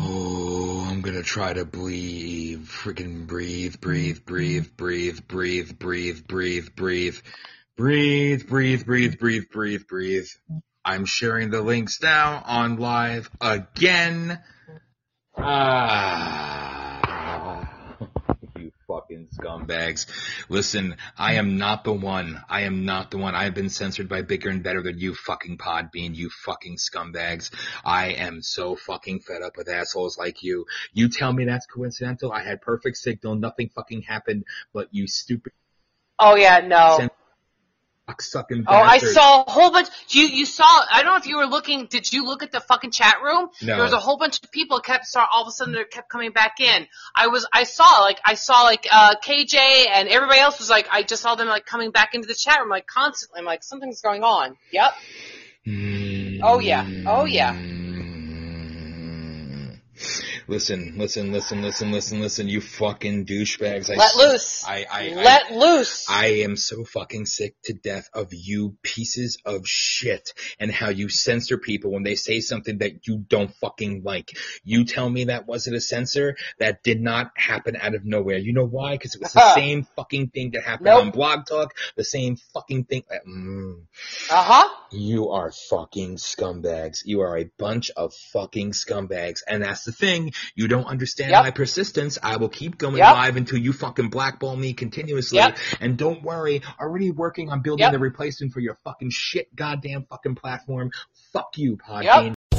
Oh, I'm gonna try to breathe. Freaking breathe, breathe, breathe, breathe, breathe, breathe, breathe, breathe, breathe, breathe, breathe, breathe, breathe, breathe. I'm sharing the links now on live again. Ah, you fucking scumbags. Listen, I am not the one. I am not the one. I have been censored by bigger and better than you fucking Podbean, you fucking scumbags. I am so fucking fed up with assholes like you. You tell me that's coincidental. I had perfect signal. Nothing fucking happened, but you stupid Oh yeah, no. sucking Oh, I saw a whole bunch. You you saw. I don't know if you were looking. Did you look at the fucking chat room? No. There was a whole bunch of people kept saw. All of a sudden, they kept coming back in. I was. I saw like I saw like uh, KJ and everybody else was like. I just saw them like coming back into the chat room like constantly. I'm like something's going on. Yep. Oh yeah. Oh yeah. Listen, listen, listen, listen, listen, listen, you fucking douchebags. I Let s- loose. I, I, Let I, loose. I am so fucking sick to death of you pieces of shit and how you censor people when they say something that you don't fucking like. You tell me that wasn't a censor. That did not happen out of nowhere. You know why? Because it was the same fucking thing that happened Nope. on Blog Talk. The same fucking thing. Mm. Uh huh. You are fucking scumbags. You are a bunch of fucking scumbags. And that's the thing. You don't understand Yep. my persistence. I will keep going Yep. live until you fucking blackball me continuously. Yep. And don't worry, already working on building Yep. the replacement for your fucking shit goddamn fucking platform. Fuck you, Podbean. Yep.